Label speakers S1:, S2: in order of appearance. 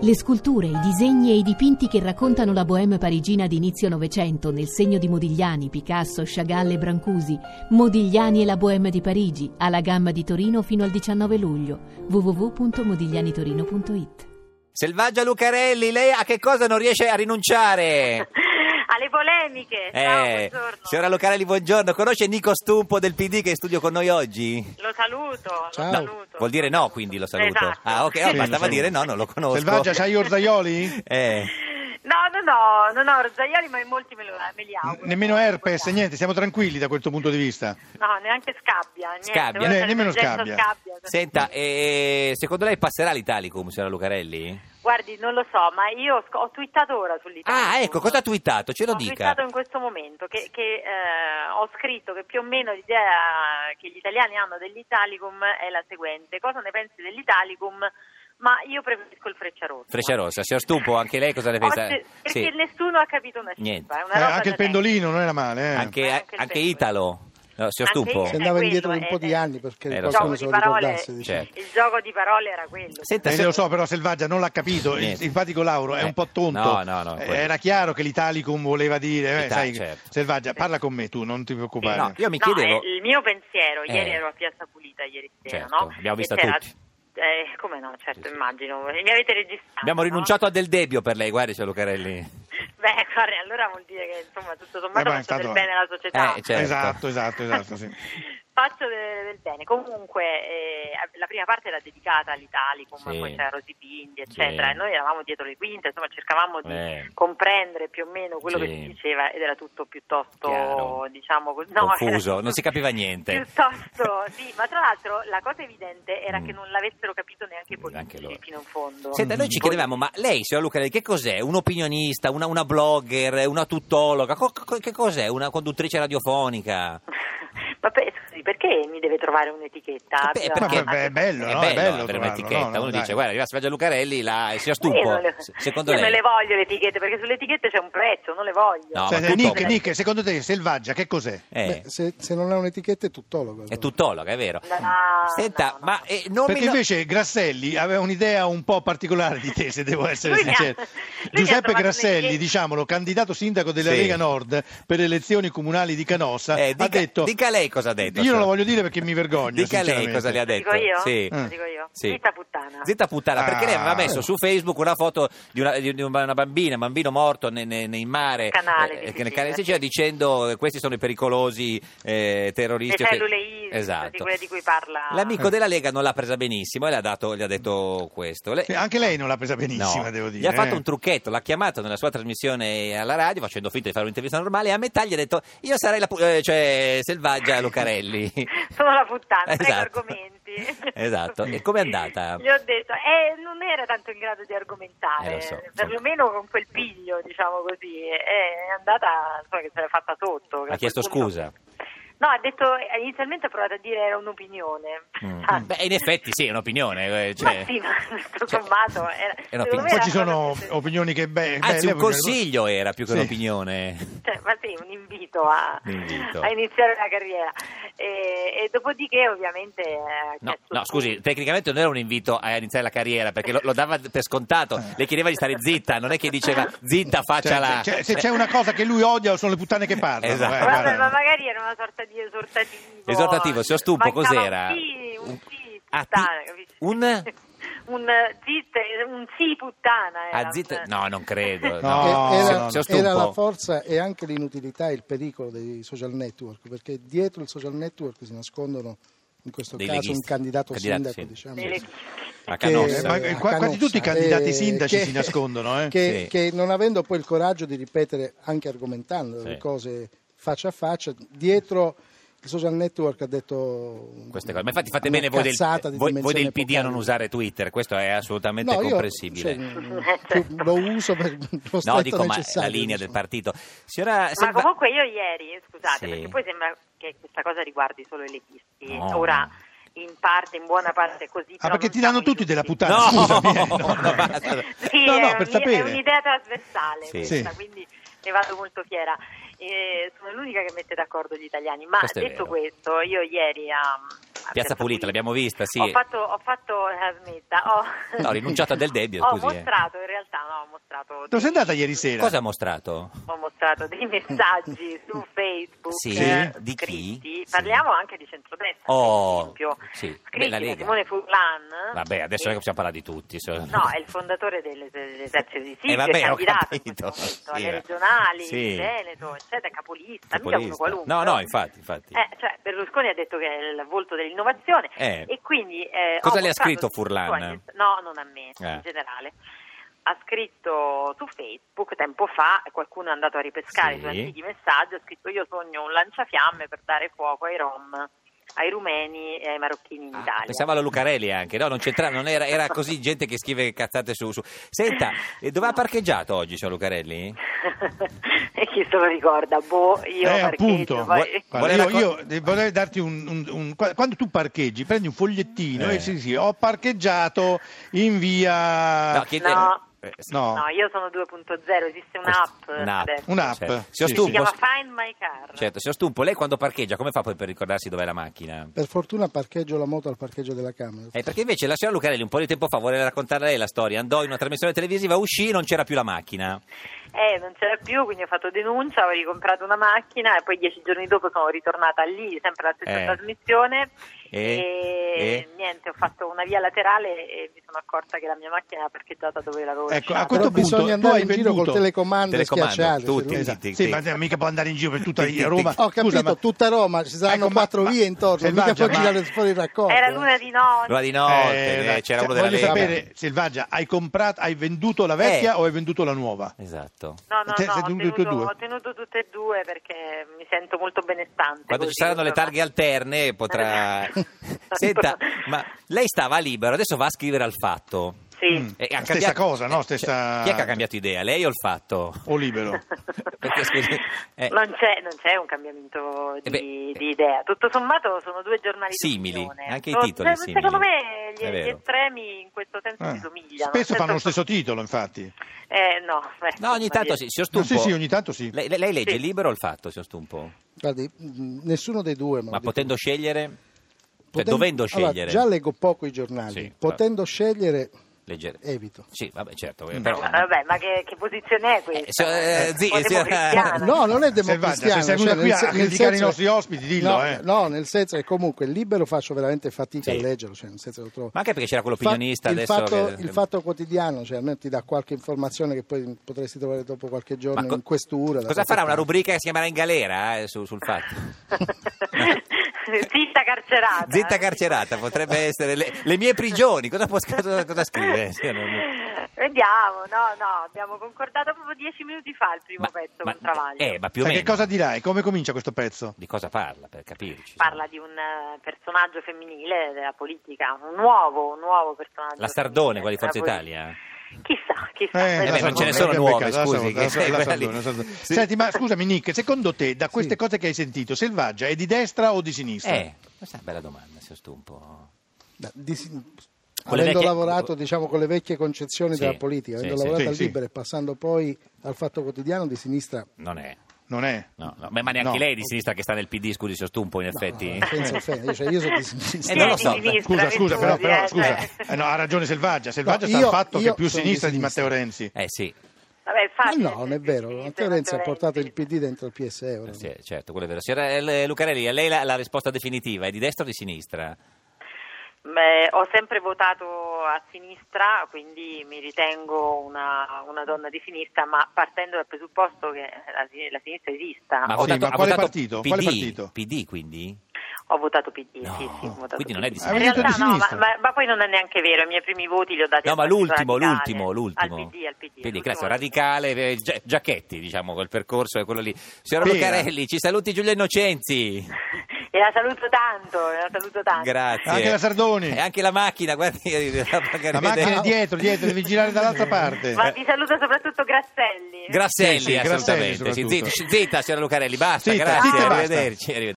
S1: Le sculture, i disegni e i dipinti che raccontano la bohème parigina di inizio Novecento nel segno di Modigliani, Picasso, Chagall e Brancusi. Modigliani e la bohème di Parigi, alla gamma di Torino fino al 19 luglio. www.modiglianitorino.it
S2: Selvaggia Lucarelli, lei a che cosa non riesce a rinunciare?
S3: alle polemiche. Ciao, buongiorno.
S2: Eh, signora Lucarelli, buongiorno. Conosce Nico Stumpo del PD che è in studio con noi oggi?
S3: Lo saluto,
S4: Ciao.
S3: lo
S4: No,
S3: saluto.
S2: Vuol dire no, quindi lo saluto.
S3: Esatto.
S2: Ah, ok,
S4: Ah. Sì,
S2: oh, bastava
S4: sì.
S2: dire no, non lo conosco.
S4: Selvaggia, c'hai gli orzaioli?
S2: Eh,
S3: No, no, no, non ho Zaioli, ma in molti me, lo, me li auguro.
S4: Nemmeno herpes, niente, siamo tranquilli da questo punto di vista.
S3: No, neanche Scabbia. Niente.
S2: Scabbia.
S3: Guarda,
S4: Ne- Eh, nemmeno
S3: l'emergenza
S4: Scabbia.
S2: senta, eh, secondo lei passerà l'Italicum, signora Lucarelli?
S3: Guardi, non lo so, ma io sc- ho twittato ora sull'Italia.
S2: Ah, ecco, cosa ha twittato? Ce lo
S3: ho
S2: dica.
S3: pensato in questo momento che, che, eh, ho scritto che più o meno l'idea che gli italiani hanno dell'Italicum è la seguente: cosa ne pensi dell'Italicum? Ma io preferisco il Frecciarossa.
S2: Freccia Rossa, signor Stumpo, anche lei cosa ne pensa?
S3: Ho se-
S2: Sì.
S3: Perché nessuno ha capito una
S2: Niente.
S3: cifra. è una
S4: Eh,
S3: roba
S4: anche
S3: da
S4: il
S3: tenere.
S4: pendolino non era male. eh.
S2: Anche,
S3: anche il
S2: anche
S3: Freccia.
S2: Italo, no, signor
S3: Anche
S2: Stumpo.
S3: Italo.
S5: Se andava
S3: Eh,
S5: indietro
S3: quello
S5: un po'
S3: è-
S5: di anni perché
S2: Eh, lo so.
S5: qualcuno se
S3: Gioco di
S5: lo
S3: parole.
S5: ricordasse. diciamo.
S2: Certo.
S3: Il gioco di parole era quello.
S2: Senta,
S4: Eh,
S2: se-
S4: lo so, però Selvaggia non l'ha capito. Il
S2: Niente.
S4: simpatico Lauro è
S2: Eh,
S4: un po' tonto.
S2: no, no, no,
S4: Eh,
S2: quello.
S4: era chiaro che l'Italicum voleva dire. eh,
S2: Ita-
S4: sai,
S2: certo.
S4: Selvaggia, parla con me tu, non ti preoccupare.
S2: No, io mi
S3: No,
S2: chiedevo...
S3: eh, il mio pensiero, ieri
S2: Eh.
S3: ero a Piazza Pulita, ieri sera,
S2: Certo,
S3: no?
S2: abbiamo
S3: E
S2: visto
S3: c'era-
S2: tutti.
S3: Eh, come no, certo,
S2: Sì, sì.
S3: immagino. Mi avete registrato.
S2: Abbiamo
S3: no?
S2: rinunciato a del debbio per lei, guardi, signor Lucarelli.
S3: Beh, guarda, allora vuol dire che insomma tutto
S4: Eh,
S3: sommato
S4: beh, è
S3: faccio del
S4: stato-
S3: bene alla società.
S2: Eh, certo.
S4: Esatto, esatto, esatto. sì.
S3: Faccio de- del bene. Comunque, eh, la prima parte era dedicata all'Italicum,
S2: Sì.
S3: poi c'era Rosy Bindi, eccetera.
S2: Sì.
S3: E noi eravamo dietro le quinte, insomma, cercavamo di
S2: Eh.
S3: comprendere più o meno quello
S2: Sì.
S3: che si diceva ed era tutto piuttosto,
S2: Chiaro.
S3: diciamo, così- era
S2: Confuso,
S3: tutto-
S2: non si capiva niente.
S3: Piuttosto, sì, ma tra l'altro la cosa evidente era
S2: Mm.
S3: che non l'avessero capito neanche i
S2: Neanche
S3: politici
S2: loro.
S3: fino in fondo.
S2: Senta, noi ci chiedevamo, ma lei, signora Lucarelli, che cos'è? Un opinionista, una, una blogger, una tuttologa? Co- co- che cos'è? Una conduttrice radiofonica?
S3: ma per- scusi, perché mi deve trovare
S2: Eh,
S3: un'etichetta?
S2: Beh,
S3: Abbia-
S2: perché-
S4: Ma beh, è bello,
S2: è
S4: Eh, no?
S2: bello,
S4: È bello
S2: avere
S4: trovarlo,
S2: un'etichetta.
S4: no, no,
S2: Uno
S4: dai.
S2: dice, guarda, arriva Sveglia Lucarelli, la eh, signor
S3: Io
S2: Stupo.
S3: non le-
S2: se- Secondo
S3: io
S2: lei?
S3: non le voglio le etichette perché sulle etichette c'è un prezzo, non le voglio.
S2: No,
S4: Cioè,
S2: ma tutto-
S4: Nick, Nick, secondo te Selvaggia che cos'è?
S2: Eh,
S5: Beh, se, se non ha un'etichetta è tuttologo.
S2: è
S5: allora.
S2: tuttologa, è vero.
S3: No, no,
S2: Senta,
S3: no, no.
S2: ma eh, non
S4: Perché
S2: mi...
S4: invece Grasselli aveva un'idea un po' particolare di te, se devo essere
S3: Lui mi ha-
S4: sincero.
S3: lui mi ha
S4: Giuseppe
S3: trovato
S4: Grasselli,
S3: un'idea.
S4: diciamolo, candidato sindaco della
S2: Sì.
S4: Lega Nord per le elezioni comunali di Canossa,
S2: Eh, dica,
S4: ha detto...
S2: dica lei cosa ha detto.
S4: Io non
S2: signora.
S4: lo voglio dire perché mi vergogno,
S2: Dica lei cosa le ha
S3: Lo
S2: detto.
S3: dico io?
S2: Sì.
S3: Lo dico io?
S2: Sì.
S3: Zitta puttana.
S2: Zitta puttana, perché lei aveva
S4: Ah.
S2: messo su Facebook una foto di una, di una bambina, un bambino morto ne- ne- nei mare, eh,
S3: Canale di
S2: che nel
S3: Sicilia,
S2: canale di Sicilia,
S3: sì.
S2: dicendo eh, questi sono i pericolosi eh, terroristi.
S3: Le
S2: o che-
S3: cellule ISIS, di
S2: esatto.
S3: quelle di cui parla.
S2: L'amico della Lega non l'ha presa benissimo e le ha, dato- gli ha detto questo. Lei-
S4: Sì, Anche lei non l'ha presa
S2: No,
S4: Ah, benissimo, devo dire.
S2: Gli ha fatto
S4: eh.
S2: un trucchetto, l'ha chiamato nella sua trasmissione alla radio facendo finta di fare un'intervista normale e a metà gli ha detto io sarei la pu- eh, cioè, selvaggia Lucarelli.
S3: Sono la puttana, prego
S2: Esatto.
S3: argomenti.
S2: Esatto. E com'è andata?
S3: Gli ho detto, eh, non era tanto in grado di argomentare,
S2: Eh, lo so,
S3: perlomeno con quel piglio, diciamo così. È andata, insomma, che se l'è fatta sotto. che
S2: Ha
S3: a
S2: chiesto
S3: quel punto-
S2: scusa.
S3: No, ha detto, eh, inizialmente ha provato a dire era un'opinione.
S2: Mm.
S3: Ah.
S2: Beh, in effetti sì, è un'opinione. eh,
S3: Ma
S2: Cioè,
S3: sì, ma tutto
S2: cioè,
S3: sommato era,
S2: è un'opinione.
S3: secondo me
S4: Poi
S3: era
S4: ci sono
S3: proprio-
S4: opinioni che... Beh,
S2: Anzi,
S4: beh,
S2: un
S4: lei-
S2: consiglio eh, era più che
S4: Sì.
S2: un'opinione.
S3: cioè, ma sì, un invito a,
S2: Un invito.
S3: a iniziare la carriera. E, e dopodiché, ovviamente, eh, ha
S2: No,
S3: chiesto-
S2: no, scusi, tecnicamente non era un invito a iniziare la carriera perché lo, lo dava per
S5: Eh.
S2: scontato. Le chiedeva di stare zitta, non è che diceva zitta,
S4: Cioè,
S2: facciala.
S4: cioè, se c'è una cosa che lui odia sono le puttane che parlano.
S2: Esatto.
S4: eh,
S3: Vabbè,
S4: guarda.
S3: ma magari era una sorta di esortativo.
S2: Esortativo, signor Stumpo,
S3: Mancava
S2: cos'era?
S3: Un sì, un sì,
S2: Ah, ti-
S3: puttana, capisci?
S2: un-
S3: un eh, zit, un sì puttana era.
S2: Ah, zitta-
S3: un-
S2: No, non credo.
S4: No,
S2: Ah, no.
S4: Eh,
S5: E-
S2: Signor-
S5: era,
S2: signor
S5: era
S2: Stumpo.
S5: la forza e anche l'inutilità e il pericolo dei social network, perché dietro il social network si nascondono, in questo
S2: Dei
S5: caso, un
S2: leghisti.
S5: candidato,
S2: Candidato,
S5: sindaco.
S2: sì.
S5: Diciamo,
S3: Delle-
S2: La
S5: che-
S2: canossa.
S4: Ma-
S5: eh,
S4: qua- quasi tutti i
S5: canossa,
S4: candidati
S5: eh,
S4: sindaci
S5: che-
S4: si nascondono, eh.
S5: Che,
S2: Sì.
S5: che non avendo poi il coraggio di ripetere, anche argomentando
S2: Sì.
S5: le cose faccia a faccia, dietro il social network ha detto
S2: Queste cose. Ma infatti fate
S5: una
S2: bene voi del,
S5: cazzata di
S2: voi- voi del
S5: dimensioni
S2: PD a non
S5: epocali.
S2: usare Twitter, questo è assolutamente
S5: No, io,
S2: comprensibile.
S5: cioè, mh, lo uso per lo
S2: No,
S5: stretto
S2: dico, ma la
S5: necessario,
S2: linea del
S5: diciamo.
S2: partito. Signora,
S3: Ma
S2: Selva-
S3: comunque io ieri, eh, scusate,
S2: Eh, Sì.
S3: perché poi sembra che questa cosa riguardi solo i leghisti.
S2: No.
S3: Ora, in parte, in buona parte è così.
S4: Ah,
S3: però
S4: perché
S3: non
S4: ti danno
S3: siamo in
S4: tutti della
S3: tutti.
S4: puttana,
S2: No,
S4: scusami. eh,
S2: no, basta.
S3: Sì, eh,
S4: No, no,
S3: è,
S4: per
S3: un-
S4: sapere.
S3: è un'idea trasversale,
S2: Sì.
S3: questa,
S4: Sì.
S3: quindi ne vado molto fiera. Eh, sono l'unica che mette d'accordo gli italiani, ma
S2: Questo è
S3: detto
S2: vero.
S3: questo, io ieri a,
S2: Piazza Pulita, l'abbiamo vista, sì.
S3: Ho fatto, ho fatto la smetta. Ho...
S2: No, ho rinunciato a Del Debbio,
S3: Ho
S2: scusi, eh.
S3: mostrato, in realtà, no, ho mostrato...
S4: Dove sei andata ieri sera?
S2: Cosa ha mostrato?
S3: ho mostrato dei messaggi su Facebook
S2: Sì,
S3: eh,
S2: di chi?
S3: scritti.
S2: Sì.
S3: parliamo anche di centrodestra
S2: Oh,
S3: per esempio
S2: sì,
S3: scritti
S2: bella
S3: da
S2: Lega.
S3: Simone Furlan
S2: Vabbè, adesso non è che
S3: che-
S2: possiamo parlare di tutti. se-
S3: No, è il fondatore del- dell'esercito di
S2: Eh,
S3: Sicilia,
S2: vabbè,
S3: è
S2: ho
S3: candidato in
S2: capito,
S3: questo momento
S2: sì,
S3: alle
S2: era-
S3: regionali,
S2: sì.
S3: in Veneto, eccetera, capolista, mica uno
S2: Populista.
S3: qualunque.
S2: No, no, infatti, infatti.
S3: Eh, cioè, Berlusconi ha detto che è il volto dell'innovazione
S2: Eh.
S3: e quindi... eh,
S2: Cosa
S3: ho
S2: le ha
S3: portato
S2: scritto
S3: tutti i
S2: Furlan?
S3: suoi mess- No, non a me,
S2: Eh.
S3: in generale. Ha scritto su Facebook tempo fa, qualcuno è andato a ripescare
S2: Sì.
S3: i suoi antichi messaggi, ha scritto io sogno un lanciafiamme per dare fuoco ai Rom, ai rumeni e ai marocchini in
S2: Ah,
S3: Italia.
S2: pensavo alla Lucarelli anche, no, non c'entrava, non era, era così gente che scrive cazzate su... su. Senta, eh, dove ha parcheggiato oggi, signor Lucarelli?
S3: e chi se lo ricorda? Boh, io
S4: eh,
S3: parcheggio,
S4: appunto,
S3: poi-
S4: Guarda,
S2: Vuole
S4: io, io eh, vorrei darti un, un- un- qua- Quando tu parcheggi, prendi un fogliettino
S2: Eh.
S4: e si sì, ho parcheggiato in via...
S2: chi-
S3: No.
S2: eh, eh, sì.
S4: Ah, No.
S3: No, io sono 2.0, esiste un'app.
S2: Un'app.
S3: adesso.
S4: Un'app.
S2: Certo. Signor
S4: Sì, sì.
S3: Si
S2: Stumpo,
S3: chiama Find My Car.
S2: certo, signor Stumpo, lei quando parcheggia come fa poi per ricordarsi dov'è la macchina?
S5: Per fortuna parcheggio la moto al parcheggio della Camera.
S2: Eh, perché invece la signora Lucarelli un po' di tempo fa voleva raccontare lei la storia, andò in una trasmissione televisiva, uscì non c'era più la macchina.
S3: Eh, non c'era più, quindi ho fatto denuncia, avevo ricomprato una macchina e poi dieci giorni dopo sono ritornata lì, sempre alla stessa
S2: Eh.
S3: trasmissione.
S2: E? E?
S3: Eh, niente, ho fatto una via laterale e mi sono accorta che la mia macchina era parcheggiata dove l'avevo
S4: Ecco,
S3: lasciata.
S4: a questo
S5: Però
S4: punto
S5: bisogna andare
S4: tu hai
S5: in giro
S4: venduto
S5: col telecomando,
S2: Telecomando,
S5: e schiacciare.
S2: tutti.
S5: se lui-
S4: Esatto. Sì, ma eh, mica può andare in giro per tutta
S2: Tic, tic,
S4: la Roma.
S2: tic.
S5: Ho capito,
S4: Scusa, ma-
S5: tutta Roma, ci saranno
S4: Ecco, ma-
S5: quattro
S4: ma-
S5: vie intorno, mica
S4: Selvaggia,
S5: può
S4: ma-
S5: girare fuori eh. il raccordo.
S3: Era luna di notte.
S2: Allora di notte,
S4: Eh,
S2: eh,
S4: esatto.
S2: c'era uno
S4: Cioè,
S2: della
S4: voglio
S2: Lega.
S4: sapere, Selvaggia, hai comprato, hai venduto la vecchia
S2: Eh.
S4: o hai venduto la nuova?
S2: Esatto.
S3: No, no,
S4: Te-
S3: no,
S4: sei
S3: ho tenuto,
S4: tenuto tutte e due?
S3: ho tenuto tutte e due perché mi sento molto benestante.
S2: Quando ci
S3: così,
S2: saranno le
S3: insomma.
S2: targhe alterne potrà... Senta, ma lei stava libero, adesso va a scrivere al fatto.
S3: Sì.
S4: Mm.
S2: E Eh, ha eh, cioè,
S4: Stessa cosa, no? Stessa-
S2: chi è che ha cambiato idea? Lei o il fatto?
S4: O libero?
S2: Perché, scusi, eh.
S3: non, c'è, non c'è un cambiamento
S2: Eh
S3: di,
S2: beh,
S3: di idea. Tutto sommato sono due giornali
S2: Simili,
S3: d'opinione.
S2: anche i
S3: Sono-
S2: titoli
S3: se-
S2: simili.
S3: Secondo me gli,
S2: È
S3: gli
S2: vero. Eh.
S3: estremi in questo senso
S4: Ah.
S3: si somigliano.
S4: Spesso
S3: Nel
S4: fanno lo
S2: Certo.
S3: senso-
S4: stesso titolo, infatti.
S3: Eh, no, beh,
S2: No, ogni
S3: insomma,
S2: tanto
S3: dire-
S2: sì, signor
S4: No,
S2: Stumpo.
S4: sì, sì, ogni tanto sì.
S2: Lei, lei- lei legge
S3: Sì.
S2: il libero o il fatto, signor Stumpo?
S5: Guardi, mh, nessuno dei due. ma
S2: Ma
S5: lo dico.
S2: potendo scegliere? Cioè,
S5: Potendo-
S2: dovendo
S5: allora,
S2: scegliere?
S5: già leggo poco i giornali.
S2: Sì,
S4: certo.
S2: va-
S5: Potendo scegliere,
S2: Leggere.
S5: evito.
S2: Sì, vabbè, certo. eh, Però...
S3: Ma Mm. Ah, Vabbè, ma che, che posizione è questa?
S2: Eh, signor- eh, zi-
S3: Un po'
S2: signor-
S3: democristiana.
S5: No, non
S4: Selvaggia,
S5: è democristiano.
S4: se sei venuta
S5: cioè,
S4: qui
S5: nel
S4: a
S5: se- nel
S4: criticare
S5: senso-
S4: i nostri ospiti, dillo,
S5: no,
S4: eh.
S5: no, nel senso che comunque il libero faccio veramente fatica
S2: Sì.
S5: a leggerlo. cioè, nel senso che lo trovo-
S2: Ma anche perché c'era quello
S5: Fa-
S2: opinionista
S5: il
S2: adesso
S5: fatto,
S2: che-
S5: il fatto quotidiano, cioè almeno ti dà qualche informazione che poi potresti trovare dopo qualche giorno
S2: co-
S5: in quest'ora. da
S2: Cosa farà?
S5: qualche
S2: Una
S5: parte.
S2: rubrica che si chiamerà In galera eh, su- sul fatto?
S3: Zitta carcerata.
S2: Zitta carcerata, potrebbe essere le, le mie prigioni. Cosa, può, cosa, cosa scrive? Sì, non-
S3: Vediamo, no, no, abbiamo concordato proprio dieci minuti fa il primo
S2: Ma-
S3: pezzo
S2: ma-
S3: con Travaglio.
S2: eh, ma più o
S4: Sai
S2: meno.
S4: che cosa dirai? Come comincia questo pezzo?
S2: Di cosa parla, per capirci?
S3: Parla di un eh, personaggio femminile della politica, un nuovo, un nuovo personaggio.
S2: La Sardone,
S3: femminile
S2: quella di
S3: della
S2: Forza
S3: politica.
S2: Italia?
S3: Chissà, chissà.
S4: Eh,
S2: beh,
S3: Vediamo.
S4: la
S2: ma
S4: Sardone,
S2: ce ne sono
S4: che
S2: nuove,
S4: beccata, la
S2: scusi,
S4: Sardone,
S2: che
S4: la Sardone,
S2: sei
S4: la
S2: quella lì.
S4: Sardone, la Sardone.
S2: Sì.
S4: Senti, ma scusami Nick, secondo te da queste
S5: Sì.
S4: cose che hai sentito, Selvaggia è di destra o di sinistra?
S2: Eh, questa è una bella domanda, se stumpo.
S5: Da- di sin-
S2: Con le
S5: avendo
S2: vecchie-
S5: lavorato diciamo, con le vecchie concezioni
S2: Sì,
S5: della politica, avendo
S2: sì, sì.
S4: Sì,
S5: lavorato al
S4: sì.
S5: libero e passando poi al fatto quotidiano di sinistra,
S2: Non è.
S4: Non è?
S2: No, no, ma ma neanche
S4: No.
S2: lei di sinistra che sta nel PD, scusi, se stumpo, in effetti.
S5: no, senza offendere, cioè, io sono di sinistra.
S2: Eh, non lo
S3: Sì,
S2: so,
S3: di sinistra,
S4: Scusa,
S3: mi
S4: scusa, però,
S3: scusi,
S4: però
S3: eh,
S4: scusa.
S3: cioè.
S4: Eh, no, ha ragione Selvaggia. Selvaggia
S5: No,
S4: sta
S5: io-
S4: al fatto che
S5: io
S4: è più
S5: sono di
S4: sinistra di
S5: sinistra.
S4: Matteo Renzi.
S2: Eh sì,
S3: Vabbè, è
S5: Ma
S3: facile,
S5: Eh, no, non è vero, Matteo Renzi ha portato il PD dentro il PSE. ora.
S2: sì, certo, quello è vero. Signora eh, Lucarelli, a lei la, la risposta definitiva è di destra o di sinistra?
S3: Beh, ho sempre votato a sinistra, quindi mi ritengo una, una donna di sinistra, ma partendo dal presupposto che la, si- la sinistra esista,
S4: Ma
S2: ha
S4: sì,
S2: votato-
S4: ma
S2: ha
S4: quale
S2: votato
S4: partito?
S2: PD,
S4: Quale partito?
S2: PD, quindi?
S3: ho votato PD.
S2: No,
S3: sì, sì, ho votato
S2: quindi
S3: PD.
S2: non è di
S4: sinistra.
S3: In
S4: Avete detto
S3: realtà
S4: di
S3: no, ma,
S4: sinistra.
S3: ma- ma poi non è neanche vero, i miei primi voti li ho dati
S2: No,
S3: al
S2: ma
S3: Partito
S2: l'ultimo,
S3: Radicale,
S2: l'ultimo, l'ultimo.
S3: Al PD, al PD.
S2: PD,
S3: l'ultimo
S2: grazie,
S3: al PD.
S2: radicale, eh, Gia- Giacchetti, diciamo, quel percorso è quello lì. Signora
S4: Pera.
S2: Lucarelli, ci saluti Giulia Innocenzi.
S3: E la saluto tanto, e la saluto tanto.
S2: Grazie.
S4: Anche la Sardoni.
S2: E Eh, anche la macchina, guardi, la
S4: La
S2: Margarida-
S4: macchina è dietro, dietro, devi girare dall'altra parte.
S3: Ma vi saluto soprattutto Grasselli.
S2: Grasselli,
S4: eh. Sì, sì, Grasselli
S2: assolutamente. Sì,
S4: soprattutto.
S2: zitta, zitta, signora Lucarelli, basta,
S4: Zitta,
S2: grazie,
S4: zitta e basta.
S2: arrivederci. arrivederci.